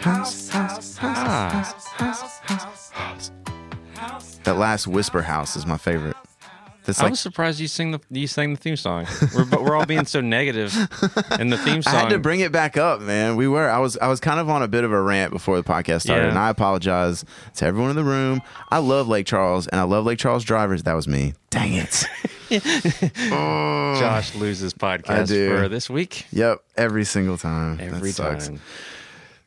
house, house, Ah, house, house, house, house. That last whisper house is my favorite. That's I like was surprised you sing the you sang the theme song. We're but we're all being so negative in the theme I song. had to bring it back up, man. We were. I was. I was kind of on a bit of a rant before the podcast started, Yeah. and I apologize to everyone in the room. I love Lake Charles, and I love Lake Charles drivers. That was me. Dang it. Oh. Josh loses I podcast do. for this week. Yep. Every single time. That Every sucks. time.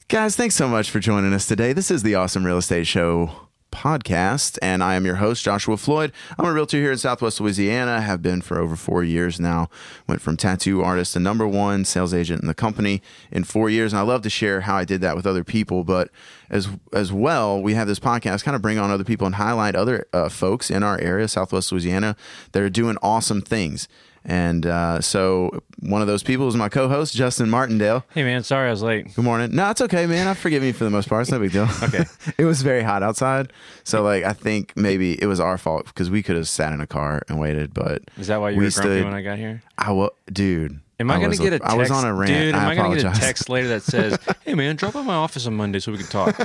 Guys, thanks so much for joining us today. This is the Awesome Real Estate Show podcast, and I am your host, Joshua Floyd. I'm a realtor here in Southwest Louisiana, have been for over four years now. Went from tattoo artist to number one sales agent in the company in four years, and I love to share how I did that with other people. But as as well, we have this podcast kind of bring on other people and highlight other uh, folks in our area, Southwest Louisiana, that are doing awesome things. And uh, so, one of those people is my co-host, Justin Martindale. Hey man, sorry I was late. Good morning. No, it's okay, man. I forgive me for the most part. It's no big deal. okay. it was very hot outside. So, like, I think maybe it was our fault because we could have sat in a car and waited, but. Is that why you we were grumpy stood- when I got here? I wa- dude. Am I, gonna was- get a text? I was on a rant. Dude, am I, I, gonna apologize. get a text later that says, "Hey man, drop by my office on Monday so we can talk"?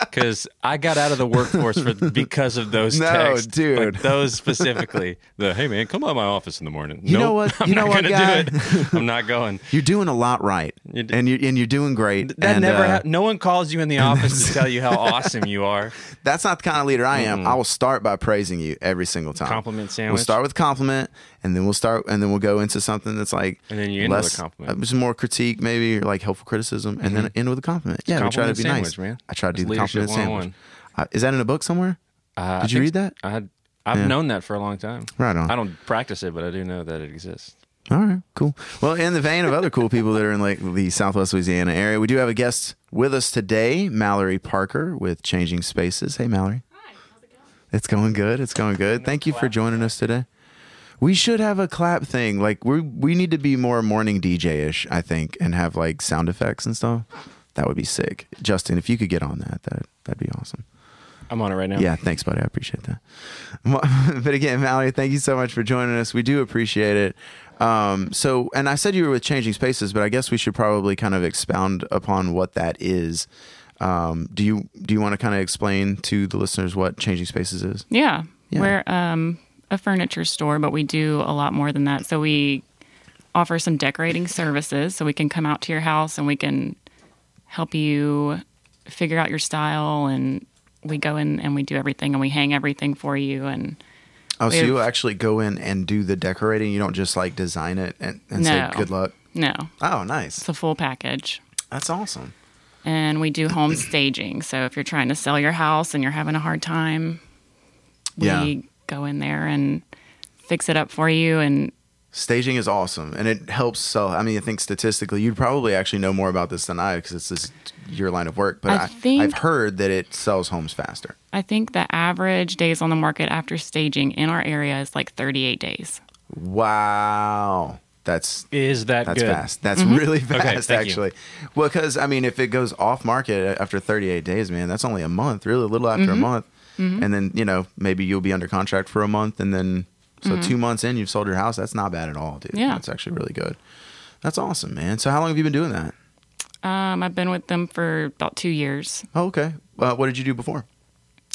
Because I got out of the workforce for because of those No, texts, dude. Like those specifically. The hey man, come by my office in the morning. You know Nope, what- I'm you not know what, gonna guy? do it. I'm not going. You're doing a lot right. You d- and, you're, and you're doing great. That and, never. uh, hap- no one calls you in the office to tell you how awesome you are. That's not the kind of leader I am. I will start by praising you every single time. Mm-hmm. Compliment We'll sandwich. start with compliment, and then we'll start, and then we'll go into something that's like, And then you end with a less- compliment. Mm-hmm. uh, just more critique, maybe or like helpful criticism, and then end with a compliment. Yeah, we try to compliment be nice, sandwich, man. I try to do That's the leadership compliment sandwich. 101. Uh, is that in a book somewhere? Uh, I Did you think read that? I, I've known that for a long time. Right on. I don't practice it, but I do know that it exists. All right, cool. Well, in the vein of other cool people that are in like the Southwest Louisiana area, we do have a guest with us today, Mallory Parker with Changing Spaces. Hey, Mallory. Hi. How's it going? It's going good. It's going good. Thank you for joining us today. We should have a clap thing. Like we we need to be more morning DJ ish, I think, and have like sound effects and stuff. That would be sick. Justin, if you could get on that, that that'd be awesome. I'm on it right now. Yeah, thanks, buddy. I appreciate that. Ma- But again, Mallory, thank you so much for joining us. We do appreciate it. Um, so, and I said you were with Changing Spaces, but I guess we should probably kind of expound upon what that is. Um, do you do you want to kind of explain to the listeners what Changing Spaces is? Yeah. Yeah. We're um, a furniture store, but we do a lot more than that. So we offer some decorating services. So we can come out to your house and we can help you figure out your style. And we go in and we do everything and we hang everything for you. And Oh, so We've- you actually go in and do the decorating. You don't just like design it and, and say No. good luck. no, Oh, nice. it's a full package. That's awesome. And we do home staging. So if you're trying to sell your house and you're having a hard time, we Yeah. go in there and fix it up for you and Staging is awesome, and it helps sell. I mean, I think statistically, you'd probably actually know more about this than I, because it's this, your line of work. But I I think- I've heard that it sells homes faster. I think the average days on the market after staging in our area is like 38 days. Wow, that's Is that that's good? fast. That's Mm-hmm. really fast, thank you. actually. Well, because I mean, if it goes off market after 38 days, man, that's only a month. Really, a little after Mm-hmm. a month, and then you know maybe you'll be under contract for a month, and then so two months in, you've sold your house. That's not bad at all, dude. Mm-hmm. Yeah. that's actually really good. That's awesome, man. So how long have you been doing that? Um, I've been with them for about two years. Oh, okay. Uh, what did you do before?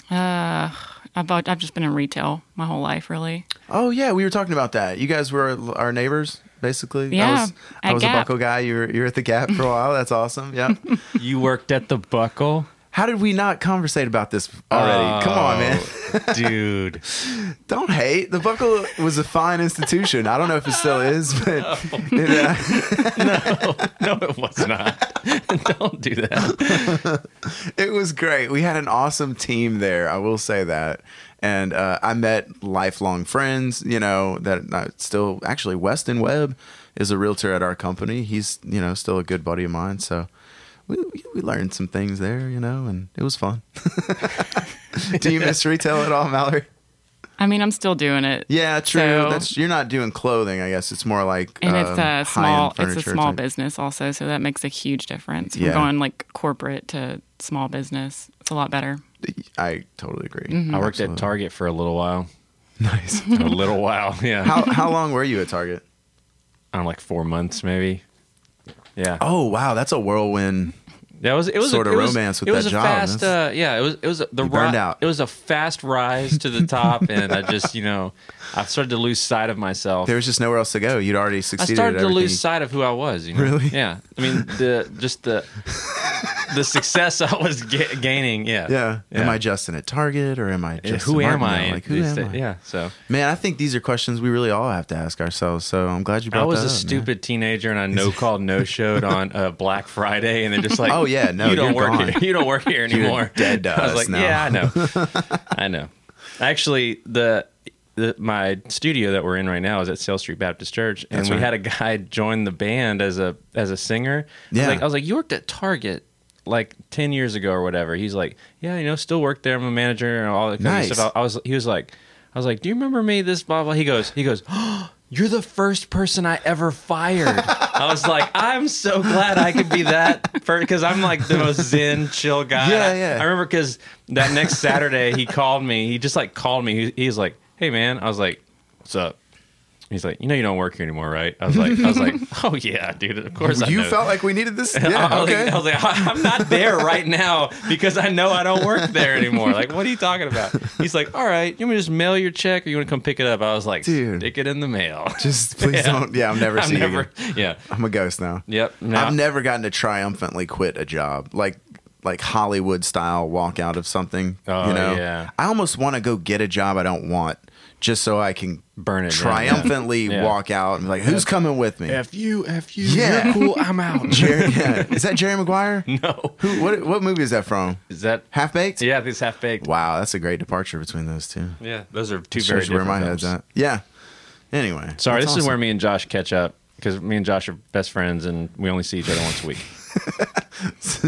I've, al- I've just been in retail my whole life, really. Oh yeah, we were talking about that. You guys were our neighbors, basically. Yeah, I was, I at was a Gap. Buckle guy. You were you were at the Gap for a while. That's awesome. Yeah. You worked at the buckle, How did we not conversate about this already? Come on, Oh. man. Oh, dude. Don't hate. The Buckle was a fine institution. I don't know if it still is, but yeah, Oh, No, it was not. Don't do that. it was great. We had an awesome team there. I will say that. And uh, I met lifelong friends, you know, that I still actually Weston Webb is a realtor at our company. He's, you know, still a good buddy of mine. So we, we learned some things there, you know, and it was fun. Do you miss retail at all, Mallory? I mean, I'm still doing it. Yeah, true. So- That's you're not doing clothing, I guess. It's more like And um, it's a high-end small, it's a furniture small type. business also, so that makes a huge difference. Yeah. We're going like corporate to small business. It's a lot better. I totally agree. Mm-hmm. I worked at Target for a little while. Nice. A little while, yeah. Uh, how how long were you at Target? I don't know, like four months maybe. Yeah. Oh wow, that's a whirlwind Yeah, it was it was sort a, of it was- romance with it was that a job. Fast, uh, yeah, it was it was the You burned ri- out. It was a fast rise to the top, and I just you know I started to lose sight of myself. There was just nowhere else to go. You'd already I succeeded. started at to everything lose sight of who I was. You know? Really? Yeah. I mean the just the the success I was ga- gaining. Yeah. you- Yeah. Am I Justin at Target or am I And Justin who am Martindale? I? Like, who It's- am I? Yeah. So Man, I think these are questions we really all have to ask ourselves. So I'm glad you brought I was that a up, man. stupid teenager, and I no called, no showed on uh, Black Friday, and they're just like, Oh, yeah, no, you don't you're work gone. here. You don't work here anymore. dead to I was us like, now. yeah, I know, I know. Actually, the. The, my studio that we're in right now is at Sale Street Baptist Church, and That's we right. had a guy join the band as a as a singer. I was Yeah. like, I was like, you worked at Target like ten years ago or whatever. He's like, yeah, you know, still work there. I'm a manager and all that kind Nice. of stuff. I, I was, he was like, I was like, do you remember me? This blah blah. He goes, he goes, oh, you're the first person I ever fired. I was like, I'm so glad I could be that because I'm like the most zen, chill guy. Yeah, I- yeah. I remember because that next Saturday he called me. He just like called me. He, he's like, hey man. I was like, what's up? He's like, you know, you don't work here anymore, right? I was like, I was like, oh yeah, dude. Of course, I You know. felt like we needed this. I Yeah. was, Okay. like, I was like, I'm not there right now because I know I don't work there anymore. Like, what are you talking about? He's like, all right, you want me to just mail your check or you want to come pick it up? I was like, Dude. stick it in the mail. Just please don't. Yeah, I'm never I've seeing you. never, Again. yeah, I'm a ghost now. yep. no. I've never gotten to triumphantly quit a job like like Hollywood style walk out of something. Oh, you know, yeah. I almost want to go get a job I don't want just so I can Burn it down. triumphantly Yeah. walk out and be like, who's coming with me? F you, F you. Yeah. You're cool. I'm out. Jerry, yeah. Is that Jerry Maguire? no, Who? What? What movie is that from? is that? Half Baked. Yeah, this half baked. Wow, that's a great departure between those two. Yeah, those are two Shows very you where different my films. head's at. Yeah. Anyway, Sorry, that's this is awesome. where me and Josh catch up because me and Josh are best friends and we only see each other once a week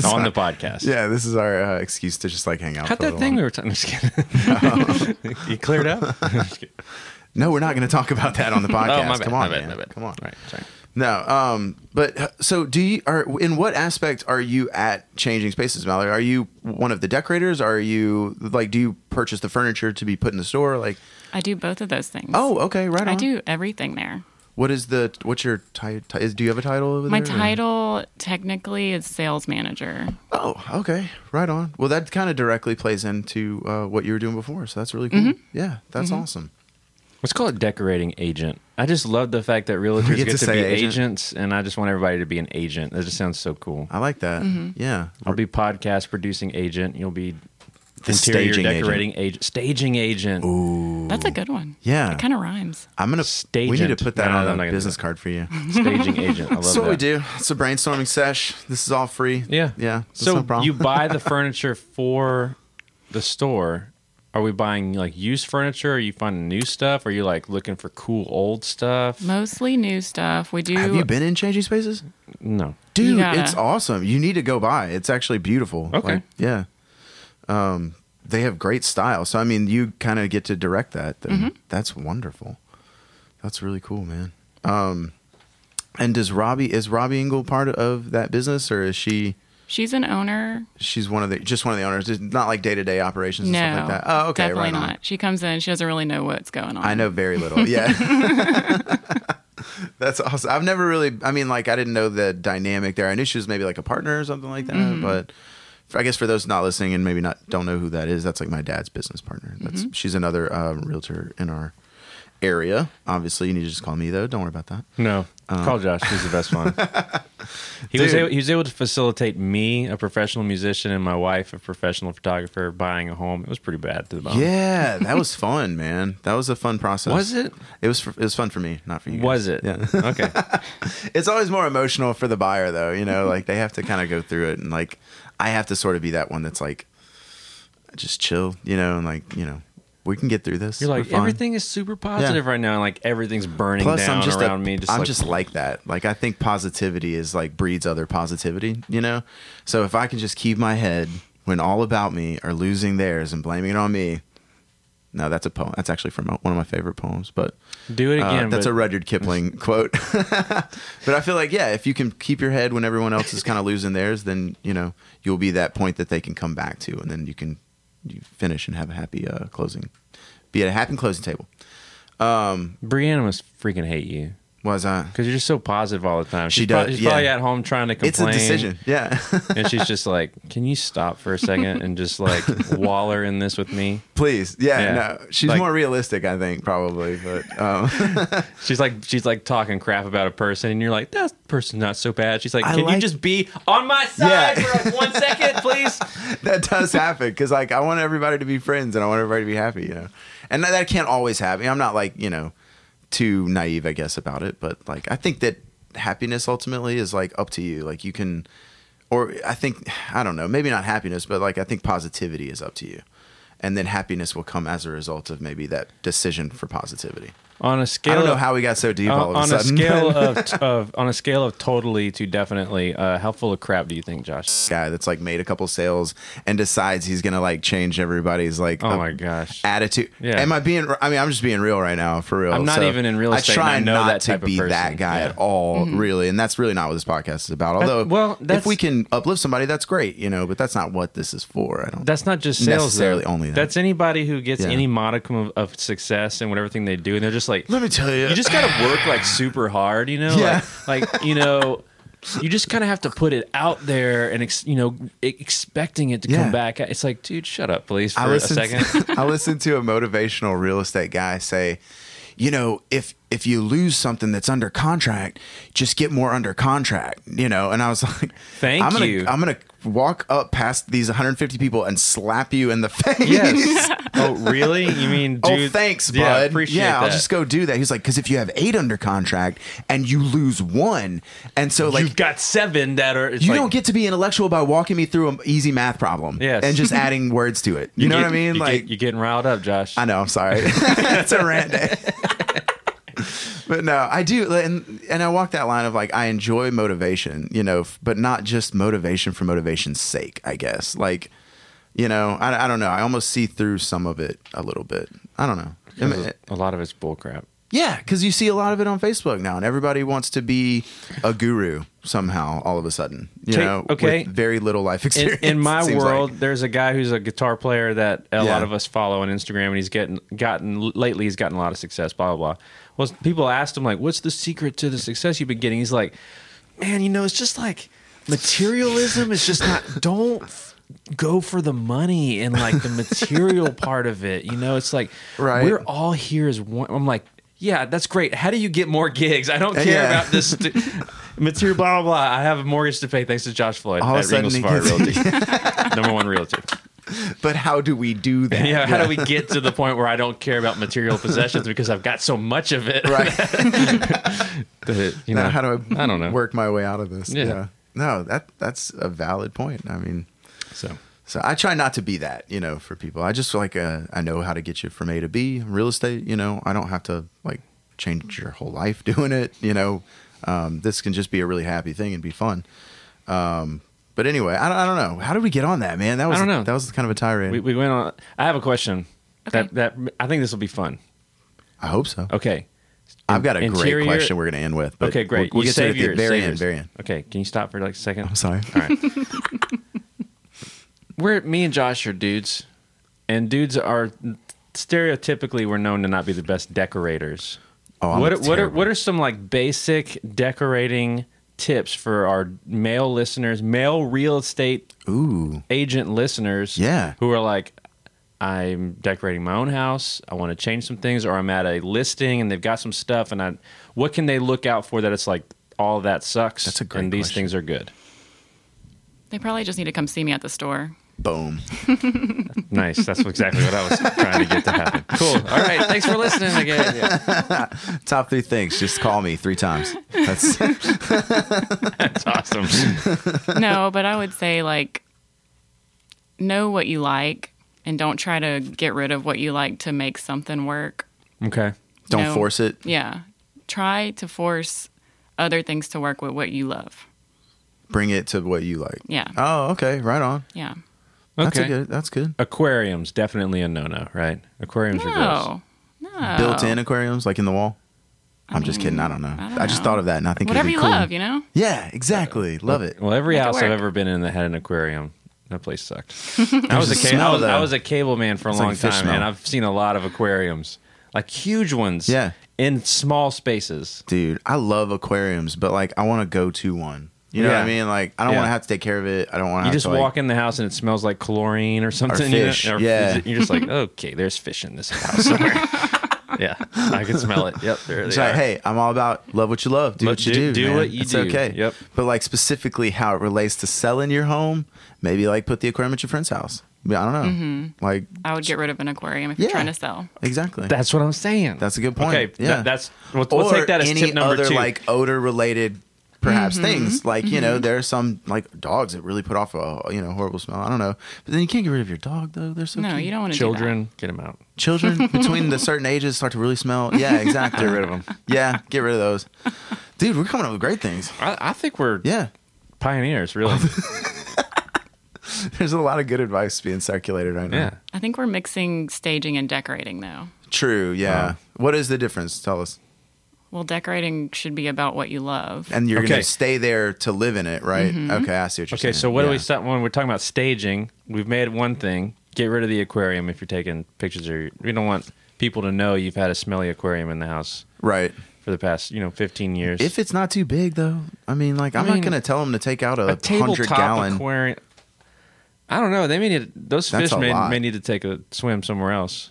on the podcast. Yeah, this is our uh, excuse to just like hang out. Cut for a little that thing we while. were talking. you cleared up. Oh, No, we're not going to talk about that on the Oh, podcast. my bad, Come on, my bad, man. my bad. Come on. Right, sorry. No. Um. But uh, so, do you are in what aspect are you at changing spaces, Mallory? Are you one of the decorators? Are you like, do you purchase the furniture to be put in the store? Like, I do both of those things. oh, okay, right on. I do everything there. What is the what's your title? Is do you have a title over My there? or- title technically is sales manager. Oh, okay, right on. Well, that kind of directly plays into uh, what you were doing before, so that's really cool. Yeah, that's awesome. Let's call it decorating agent. I just love the fact that realtors get get, to to, be say agent. agents, and I just want everybody to be an agent. That just sounds so cool. I like that. Yeah, I'll be podcast producing agent. You'll be The interior staging agent. decorating agent. staging agent. That's a good one. Yeah. It kind of rhymes. I'm gonna. We need to Stagent. put that No, I'm not on a gonna do business card for you. Staging agent. I love That's what we that. do. It's a brainstorming sesh. This is all free. Yeah. yeah. that's So no problem. you buy the furniture for the store. Are we buying like used furniture? Are you finding new stuff? Are you like looking for cool old stuff? Mostly new stuff. We do. have you been in changing spaces, No. dude? gotta- It's awesome. You need to go by. It's actually beautiful. Okay. yeah. Um, they have great style. So I mean, you kind of get to direct that. Then. Mm-hmm. That's wonderful. That's really cool, man. Um, and does Robbie is Robbie Engel part of that business, or is she? She's an owner. She's one of the just one of the owners. It's not like day to day operations and No. stuff like that. Oh, okay, Definitely right on. not. She comes in. She doesn't really know what's going on. I know very little. Yeah. That's awesome. I've never really, I mean, like, I didn't know the dynamic there. I knew she was maybe like a partner or something like that. Mm-hmm. But for- I guess for those not listening and maybe not don't know who that is, that's like my dad's business partner. That's Mm-hmm. She's another um, realtor in our area. Obviously, you need to just call me, though. Don't worry about that. No. Call Josh. He's the best one. he Oh. Dude. was able, he was able to facilitate me, a professional musician, and my wife, a professional photographer, buying a home. It was pretty bad to the bone. Yeah, that was fun, man. That was a fun process. Oh. Was it? It was. For, it was fun for me, not for you. guys. Was it? Yeah. Okay. it's always more emotional for the buyer though you know like they have to kind of go through it and like i have to sort of be that one that's like just chill you know and like you know we can get through this You're We're like fine. everything is super positive right now, and like everything's burning plus down i'm just around a, me. Just i'm like, just like that like i think positivity is like breeds other positivity you know so if i can just keep my head when all about me are losing theirs and blaming it on me no, that's a poem. That's actually from uh, one of my favorite poems, but do it uh, again. that's but- a Rudyard Kipling quote. but I feel like, yeah, if you can keep your head when everyone else is kind of losing theirs, then you know you'll be that point that they can come back to, and then you can you finish and have a happy uh, closing, be at a happy closing table. Brianna must freaking hate you. Was uh, I? because you're just so positive all the time. She She's prob- does, she's probably yeah. at home trying to complain. It's a decision. Yeah. and she's just like, "Can you stop for a second and just like waller in this with me?" Please. Yeah, Yeah. No. She's Like- more realistic, I think, probably. But um, She's like, she's like talking crap about a person, and you're like, "That person's not so bad." She's like, I "Can like- you just be on my side Yeah. for one second, please?" that does happen because like I want everybody to be friends and I want everybody to be happy, you know. And that- that can't always happen. I'm not like you know too naive, I guess, about it. But like I think that happiness ultimately is like up to you. Like you can, or I think I don't know, maybe not happiness, but like I think positivity is up to you. And then happiness will come as a result of maybe that decision for positivity. On a I scale, don't know of- how we got so deep all of on a a sudden. scale of, of on a scale of totally to definitely, uh, how full of crap do you think, Josh? guy that's like made a couple sales and decides he's gonna like change everybody's like Oh uh, my gosh. attitude. Yeah. Am I being? I mean, I'm just being real right now, for real. I'm not So even in real estate I try and I know not that to type of be person. that guy Yeah. Mm-hmm. at all, really, and that's really not what this podcast is about. Although, well, if that's- we can uplift somebody, that's great, you know. But that's not what this is for. I don't. That's not just sales. Necessarily though. only that. That's anybody who gets Yeah. any modicum of, of success in whatever thing they do, and they're just like, Let me tell you, you just gotta work like super hard, you know? Yeah. Like, like you know, you just kind of have to put it out there and ex- you know e- expecting it to Yeah. come back. It's like, dude, shut up, please, for I a listened, second. I listened to a motivational real estate guy say, you know, if if you lose something that's under contract, just get more under contract, you know. And I was like, Thank I'm gonna, you. I'm gonna walk up past these 150 people and slap you in the face. yes. oh, really? You mean, Oh, dude? thanks, yeah, bud. Appreciate yeah, that. I'll just go do that. He's like, because if you have eight under contract and you lose one, and so like You've got seven that are. It's you like, don't get to be intellectual by walking me through an easy math problem Yes. and just adding words to it. You, know get- what I mean? you like get, you're getting riled up, Josh. I know. I'm sorry. it's a rant day. but no, I do, and and I walk that line of like I enjoy motivation, you know, f- but not just motivation for motivation's sake. I guess like. You know, I, I don't know. I almost see through some of it a little bit. I don't know. I mean, it- a lot of it's bullcrap. yeah, because you see a lot of it on Facebook now, and everybody wants to be a guru somehow. All of a sudden, you Okay- know, okay. with very little life in, experience. in my it seems world, like. there's a guy who's a guitar player that a Yeah. lot of us follow on Instagram, and he's getting gotten lately. He's gotten a lot of success. Blah blah blah. Well, people asked him like, "What's the secret to the success you've been getting?" He's like, "Man, you know, it's just like materialism is just not. Don't f- go for the money and like the material part of it. You know, it's like Right. we're all here as one." I'm like. Yeah, that's great. How do you get more gigs? I don't care Uh, Yeah. about this st- material, blah, blah, blah. I have a mortgage to pay thanks to Josh Floyd All of at a sudden Ringles he Fire gets- Realty number one realtor. but how do we do that? Yeah, how do we get to the point where I don't care about material possessions because I've got so much of it? right? That it- you Now, know, how do I, I don't know. work my way out of this? Yeah. Yeah. No, that that's a valid point. I mean, So so I try not to be that, you know, for people. I just feel like uh, I know how to get you from A to B, real estate, you know. I don't have to like change your whole life doing it, you know. Um, this can just be a really happy thing and be fun. Um, but anyway, I don't, I don't know. How did we get on that, man? That was I don't know. that was kind of a tirade. we, we went on. I have a question. Okay. That that I think this will be fun. I hope so. Okay. I've got a Interior- great question we're going to end with. but okay, great. We'll, we'll you get save to it at yours, the very save end, yours. very end. Okay, can you stop for like a second? I'm sorry. All right. we're me and Josh are dudes, and dudes are stereotypically we're known to not be the best decorators. Oh, I'm what are- what are terrible. what are some like basic decorating tips for our male listeners, male real estate Ooh. agent listeners? Yeah. who are like. I'm decorating my own house. I want to change some things, or I'm at a listing and they've got some stuff. And I, what can they look out for that it's like all that sucks? That's a great And these question. things are good. They probably just need to come see me at the store. Boom. Nice. That's exactly what I was trying to get to happen. Cool. All right. Thanks for listening again. Top three things. Just call me three times. That's That's awesome. No, but I would say like know what you like and don't try to get rid of what you like to make something work. Okay. don't No. force it. Yeah. Try to force other things to work with what you love. Bring it to what you like. Yeah. Oh, okay. Right on. Yeah. That's a Okay. good. That's good. Aquariums definitely a no-no, right? Aquariums are gross. No. Oh, No. Built-in aquariums, like in the wall. I'm just kidding. I don't know. I, Oh. I don't just know. thought of that, and I think it'd Whatever be you cool. love, you know? Yeah, exactly. Love it. Well, every Make it house I've work. ever been in that had an aquarium, that place sucked. I was a There's a ca- smell, I was, I though. was a cable man for a It's like long a fish time, smell. and I've seen a lot of aquariums, like huge ones. Yeah. in small spaces. Dude, I love aquariums, but like I want to go to one. You know what Yeah. I mean? Like I don't Yeah. want to have to take care of it. I don't want to You have just to like, walk in the house and it smells like chlorine or something. you know, fish, or- yeah. You're just like, okay, there's fish in this house somewhere. yeah. I can smell it. Yep. There they It's like, are. hey, I'm all about love what you love, do But what you do, do- do man. what you it's do. okay. Yep. But like specifically how it relates to selling your home, maybe like put the aquarium at your friend's house. Yeah, I don't know. Mm-hmm. Like I would get rid of an aquarium if Yeah. you're trying to sell. exactly. That's what I'm saying. That's a good point. Okay. Yeah. That, that's, let's, let's take that as any tip number other two. like odor related perhaps Mm-hmm. things like you know there are some like dogs that really put off a you know horrible smell i don't know but then you can't get rid of your dog though they're so No, cute. you don't want to Children, get them out. children between the certain ages start to really smell yeah exactly Get rid of them. yeah get rid of those dude we're coming up with great things I, I think we're yeah pioneers, really. there's a lot of good advice being circulated right now yeah. I think we're mixing staging and decorating though. true yeah Wow. what is the difference tell us Well, decorating should be about what you love. and you're Okay. gonna stay there to live in it right Mm-hmm. okay i see what you're saying Okay, so what do we Yeah. start when we're talking about staging? We've made one thing. Get rid of the aquarium if you're taking pictures of your we don't want people to know you've had a smelly aquarium in the house right for the past, you know, fifteen years. If it's not too big, though, I mean, like, I'm mean, not going to tell them to take out a a, hundred tabletop gallon. aquarium I don't know. They may need those That's fish a may, lot. may need to take a swim somewhere else.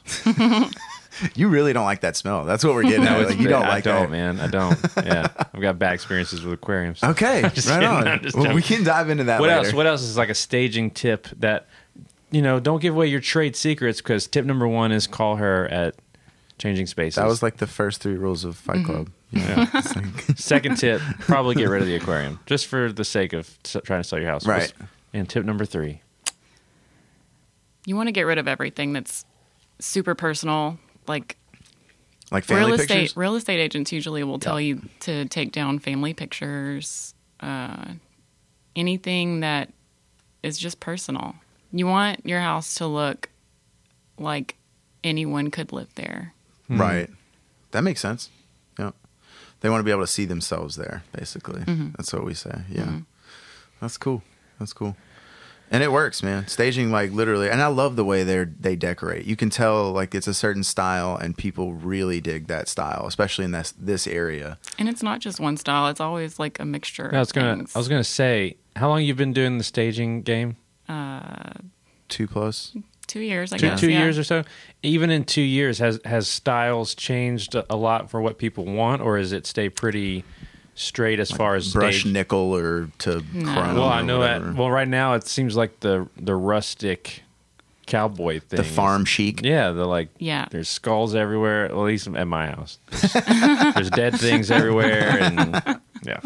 you really don't like that smell. That's what we're getting at. Like, you don't I like don't, that. man. I don't. Yeah, I've got bad experiences with aquariums. Okay, right just kidding. on. I'm just Well, we joking. can dive into that What later. else? What else is like a staging tip that you know? Don't give away your trade secrets because tip number one is call her at changing spaces. that was like the first three rules of Mm-hmm. Fight Club. Yeah. It's like- second tip. Probably get rid of the aquarium just for the sake of s- trying to sell your house. Right. And tip number three. You want to get rid of everything that's super personal. Like like family real estate, pictures. real estate agents usually will tell you to take down family pictures, uh, anything that is just personal. You want your house to look like anyone could live there. Right. That makes sense. Yeah. They want to be able to see themselves there, basically. That's what we say. Yeah. That's cool. That's cool. And it works, man. Staging like literally and I love the way they they decorate. You can tell like it's a certain style and people really dig that style, especially in this this area. And it's not just one style; it's always like a mixture. I of was gonna. things. I was gonna say how long you been doing the staging game? Two plus. two years, I two, guess. two yeah. years or so even in two years has has styles changed a lot for what people want or is it stay pretty straight as far as Brush stage? nickel or to chrome. well i or know that whatever. well right now it seems like the the rustic cowboy thing the is- farm chic. yeah the like Yeah. there's skulls everywhere at least at my house there's, there's dead things everywhere and yeah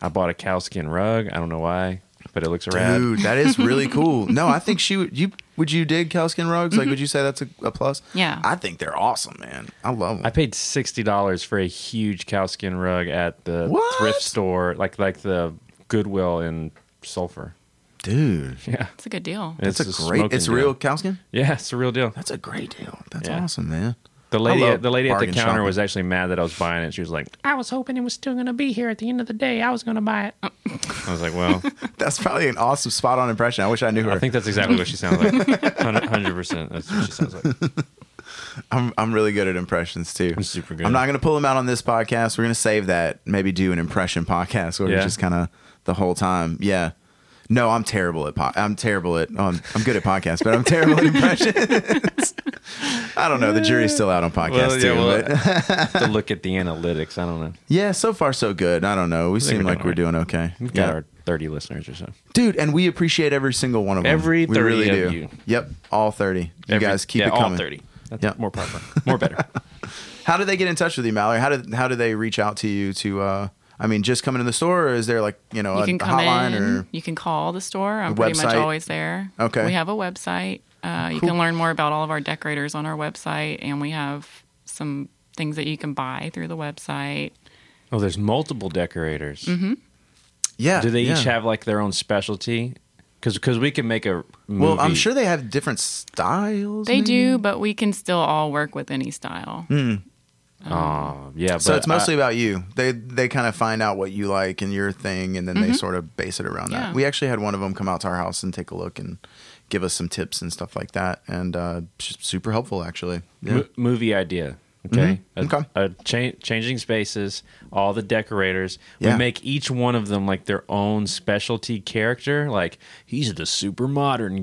i bought a cowskin rug i don't know why but it looks rad Dude, that is really cool. No, I think she would. You would you dig cowskin rugs? Like, would you say that's a, a plus? Yeah. I think they're awesome, man. I love them. I paid sixty dollars for a huge cowskin rug at the What? thrift store, like like the Goodwill in Sulphur. Dude, Yeah, It's a good deal. that's a, great. smoking It's deal. real cowskin. Yeah, it's a real deal. That's a great deal. That's Yeah. awesome, man. The lady, love the lady at the bargain counter shopping. was actually mad that I was buying it. She was like, I was hoping it was still going to be here at the end of the day. I was going to buy it. "I was like, well, That's probably an awesome spot on impression. I wish I knew her. I I think that's exactly what she sounds like. Hundred percent, that's what she sounds like." am I'm really good at impressions too. I'm super good. I'm not gonna pull them out on this podcast. We're gonna save that. Maybe do an impression podcast where Yeah. we just kind of the whole time. Yeah. No, I'm terrible at po- I'm terrible at um, I'm good at podcasts, but I'm terrible at impressions. I don't know. The jury's still out on podcasts Well, too. yeah, well, but- I have to look at the analytics. I don't know. Yeah, so far so good. I don't know. We think seem we're like we're doing doing okay. We've got Yeah. our thirty listeners or so. Dude, and we appreciate every single one of them. Every we 30 really of do. you. Yep, all 30. You Every- guys keep yeah, it coming. All thirty. That's Yeah. more proper, more better. How do they get in touch with you, Mallory? How did how do they reach out to you to uh I mean, just coming to the store or is there like, you know, you a, can a come hotline in. or You can call the store. I'm A pretty much website? always there. Okay. We have a website. Uh, You Cool. can learn more about all of our decorators on our website, and we have some things that you can buy through the website. Oh, there's multiple decorators. Yeah. Do they yeah. each have like their own specialty? Because we can make a movie. Well, I'm sure they have different styles. They maybe? do, but we can still all work with any style. Hmm. Oh, yeah. So but it's mostly about you. They they kind of find out what you like and your thing, and then they sort of base it around Mm-hmm. Yeah. that. We actually had one of them come out to our house and take a look and give us some tips and stuff like that, and uh, s- super helpful actually. I- mo- movie idea. Mhm. Okay. A- Okay. a cha- changing spaces, all the decorators. Yeah. We make each one of them like their own specialty character. Like he's the super modern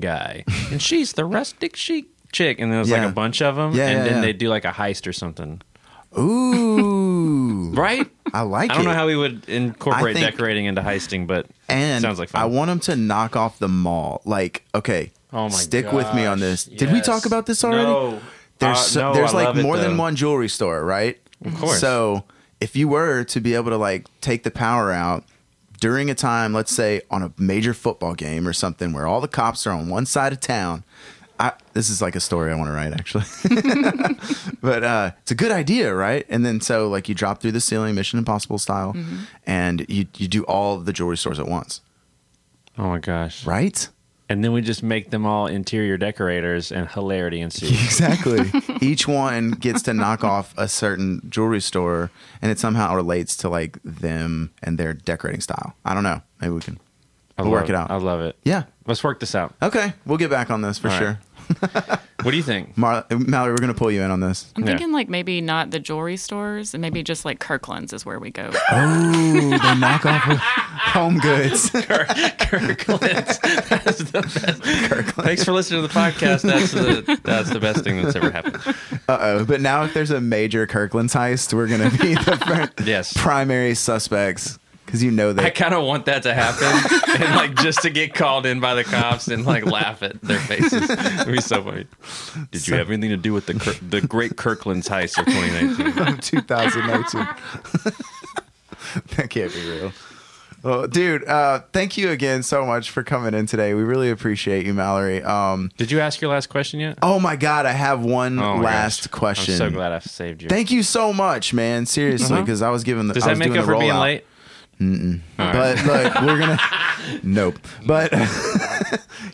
guy, and she's the rustic chic chick. And there's Yeah. like a bunch of them, Yeah, and yeah, then yeah. they do like a heist or something, Ooh. right? I like I don't it. know how we would incorporate think- decorating into heisting, but and sounds like fun. I want them to knock off the mall. Like, okay, Oh my stick with me on this. gosh, Did we yes. talk about this already? No. There's Uh, so, no, there's I like love it, more than though. one jewelry store, right? Of course. So if you were to be able to like take the power out during a time, let's say on a major football game or something, where all the cops are on one side of town. I, this is like a story I want to write, actually. but uh, it's a good idea, right? And then so like you drop through the ceiling, Mission Impossible style, and you you do all the jewelry stores at once, oh my gosh! right? And then we just make them all interior decorators, and hilarity ensues. Exactly. Each one gets to knock off a certain jewelry store, and it somehow relates to like them and their decorating style. I don't know. Maybe we can I we'll work love it out. I love it. yeah. Let's work this out. Okay. We'll get back on this for All right. sure. What do you think? Mar- Mallory, we're gonna pull you in on this. I'm Yeah. thinking like maybe not the jewelry stores and maybe just like Kirkland's is where we go. Oh. Ooh, they knock off home goods. Kirkland's. That's the best. Thanks for listening to the podcast. That's the that's the best thing that's ever happened. Uh-oh. Oh, But now if there's a major Kirkland's heist, we're gonna be the fir- Yes. primary suspects because you know I they. kind of want that to happen, and like just to get called in by the cops and like laugh at their faces. It'd be so funny. Did you have anything to do with the Kir- the Great Kirkland's heist of 2019? of 2019. that can't be real. Well, dude, uh, thank you again so much for coming in today. We really appreciate you, Mallory. Um, Did you ask your last question yet? oh my God, I have one Oh my last gosh. question. I'm so glad I've saved you. Thank you so much, man. Seriously, because I was giving the Does I that was make doing up the for being rollout. late? All right. But look, we're gonna. Nope. But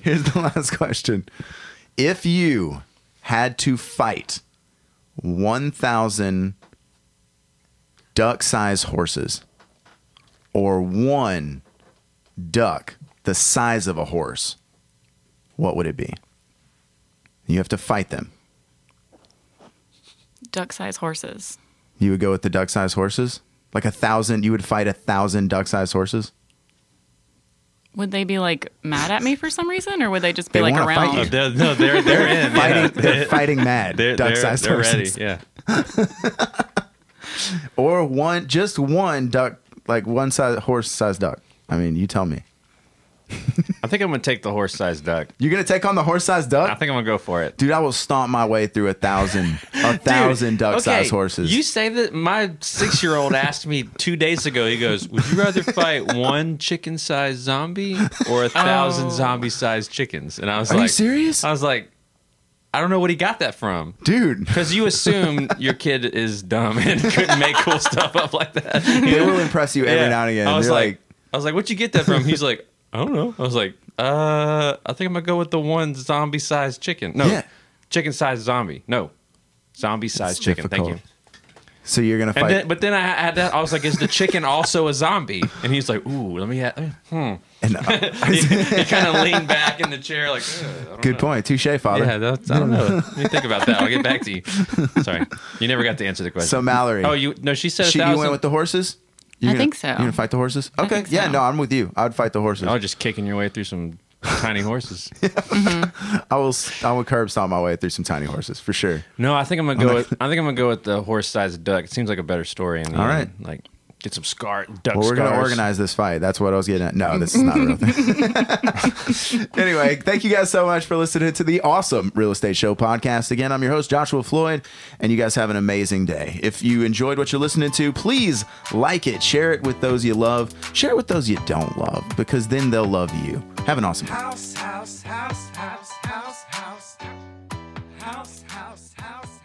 here's the last question: If you had to fight one thousand duck-sized horses, or one duck the size of a horse, what would it be? You have to fight them. Duck sized horses. You would go with the duck-sized horses, like a thousand. You would fight a thousand duck-sized horses. Would they be like mad at me for some reason or would they just be They like wanna fight around? you. Oh, they're, no, they're they're in. yeah. Fighting, they're fighting mad They're, they're, duck-sized they're horses. ready. Yeah. or one just one duck like one size horse size duck i mean you tell me I think I'm gonna take the horse-sized duck. you're gonna take on the horse size duck I think I'm gonna go for it. dude i will stomp my way through a thousand a thousand duck size horses You say that my six year old asked me two days ago, he goes, Would you rather fight one chicken sized zombie or a thousand Oh. zombie sized chickens? And I was Are you like, serious? I was like, I don't know what he got that from. dude Because you assume your kid is dumb and couldn't make cool stuff up like that. You they know? will impress you every Yeah. now and again I was You're like, I was like, what'd you get that from? He's like, I don't know. I was like, uh, I think I'm gonna go with the one zombie sized chicken. No, Yeah. chicken sized zombie. No, zombie sized chicken. Thank difficult. you. so you're gonna And fight then, but then I had that. I was like, is the chicken also a zombie? And he's like, ooh, let me. Ha- hmm. and, uh, He, kind of leaned back in the chair, like, "Ugh, I don't good know." point touche father Yeah, that's, I don't know. Let me think about that. I'll get back to you. Sorry, you never got to answer the question. so mallory oh, you no, she said a she, thousand. you went with the horses You're I gonna- think so. You're gonna fight the horses? Okay. think Yeah, so. no, I'm with you. I would fight the horses. oh, just kicking your way through some tiny horses. I will. s- I will curb stomp my way through some tiny horses for sure. No, I think I'm gonna go. With, I think I'm gonna go with the horse-sized duck. It seems like a better story. In the All end. right. like get some scar duck Well, we're going to scars. organize this fight. That's what I was getting at. No, this is not a real thing. anyway, thank you guys so much for listening to the awesome Real Estate Show podcast. Again, I'm your host, Joshua Floyd, and you guys have an amazing day. If you enjoyed what you're listening to, please like it, share it with those you love, share it with those you don't love, because then they'll love you. Have an awesome day. house, house, house, house, house, house, house, house, house.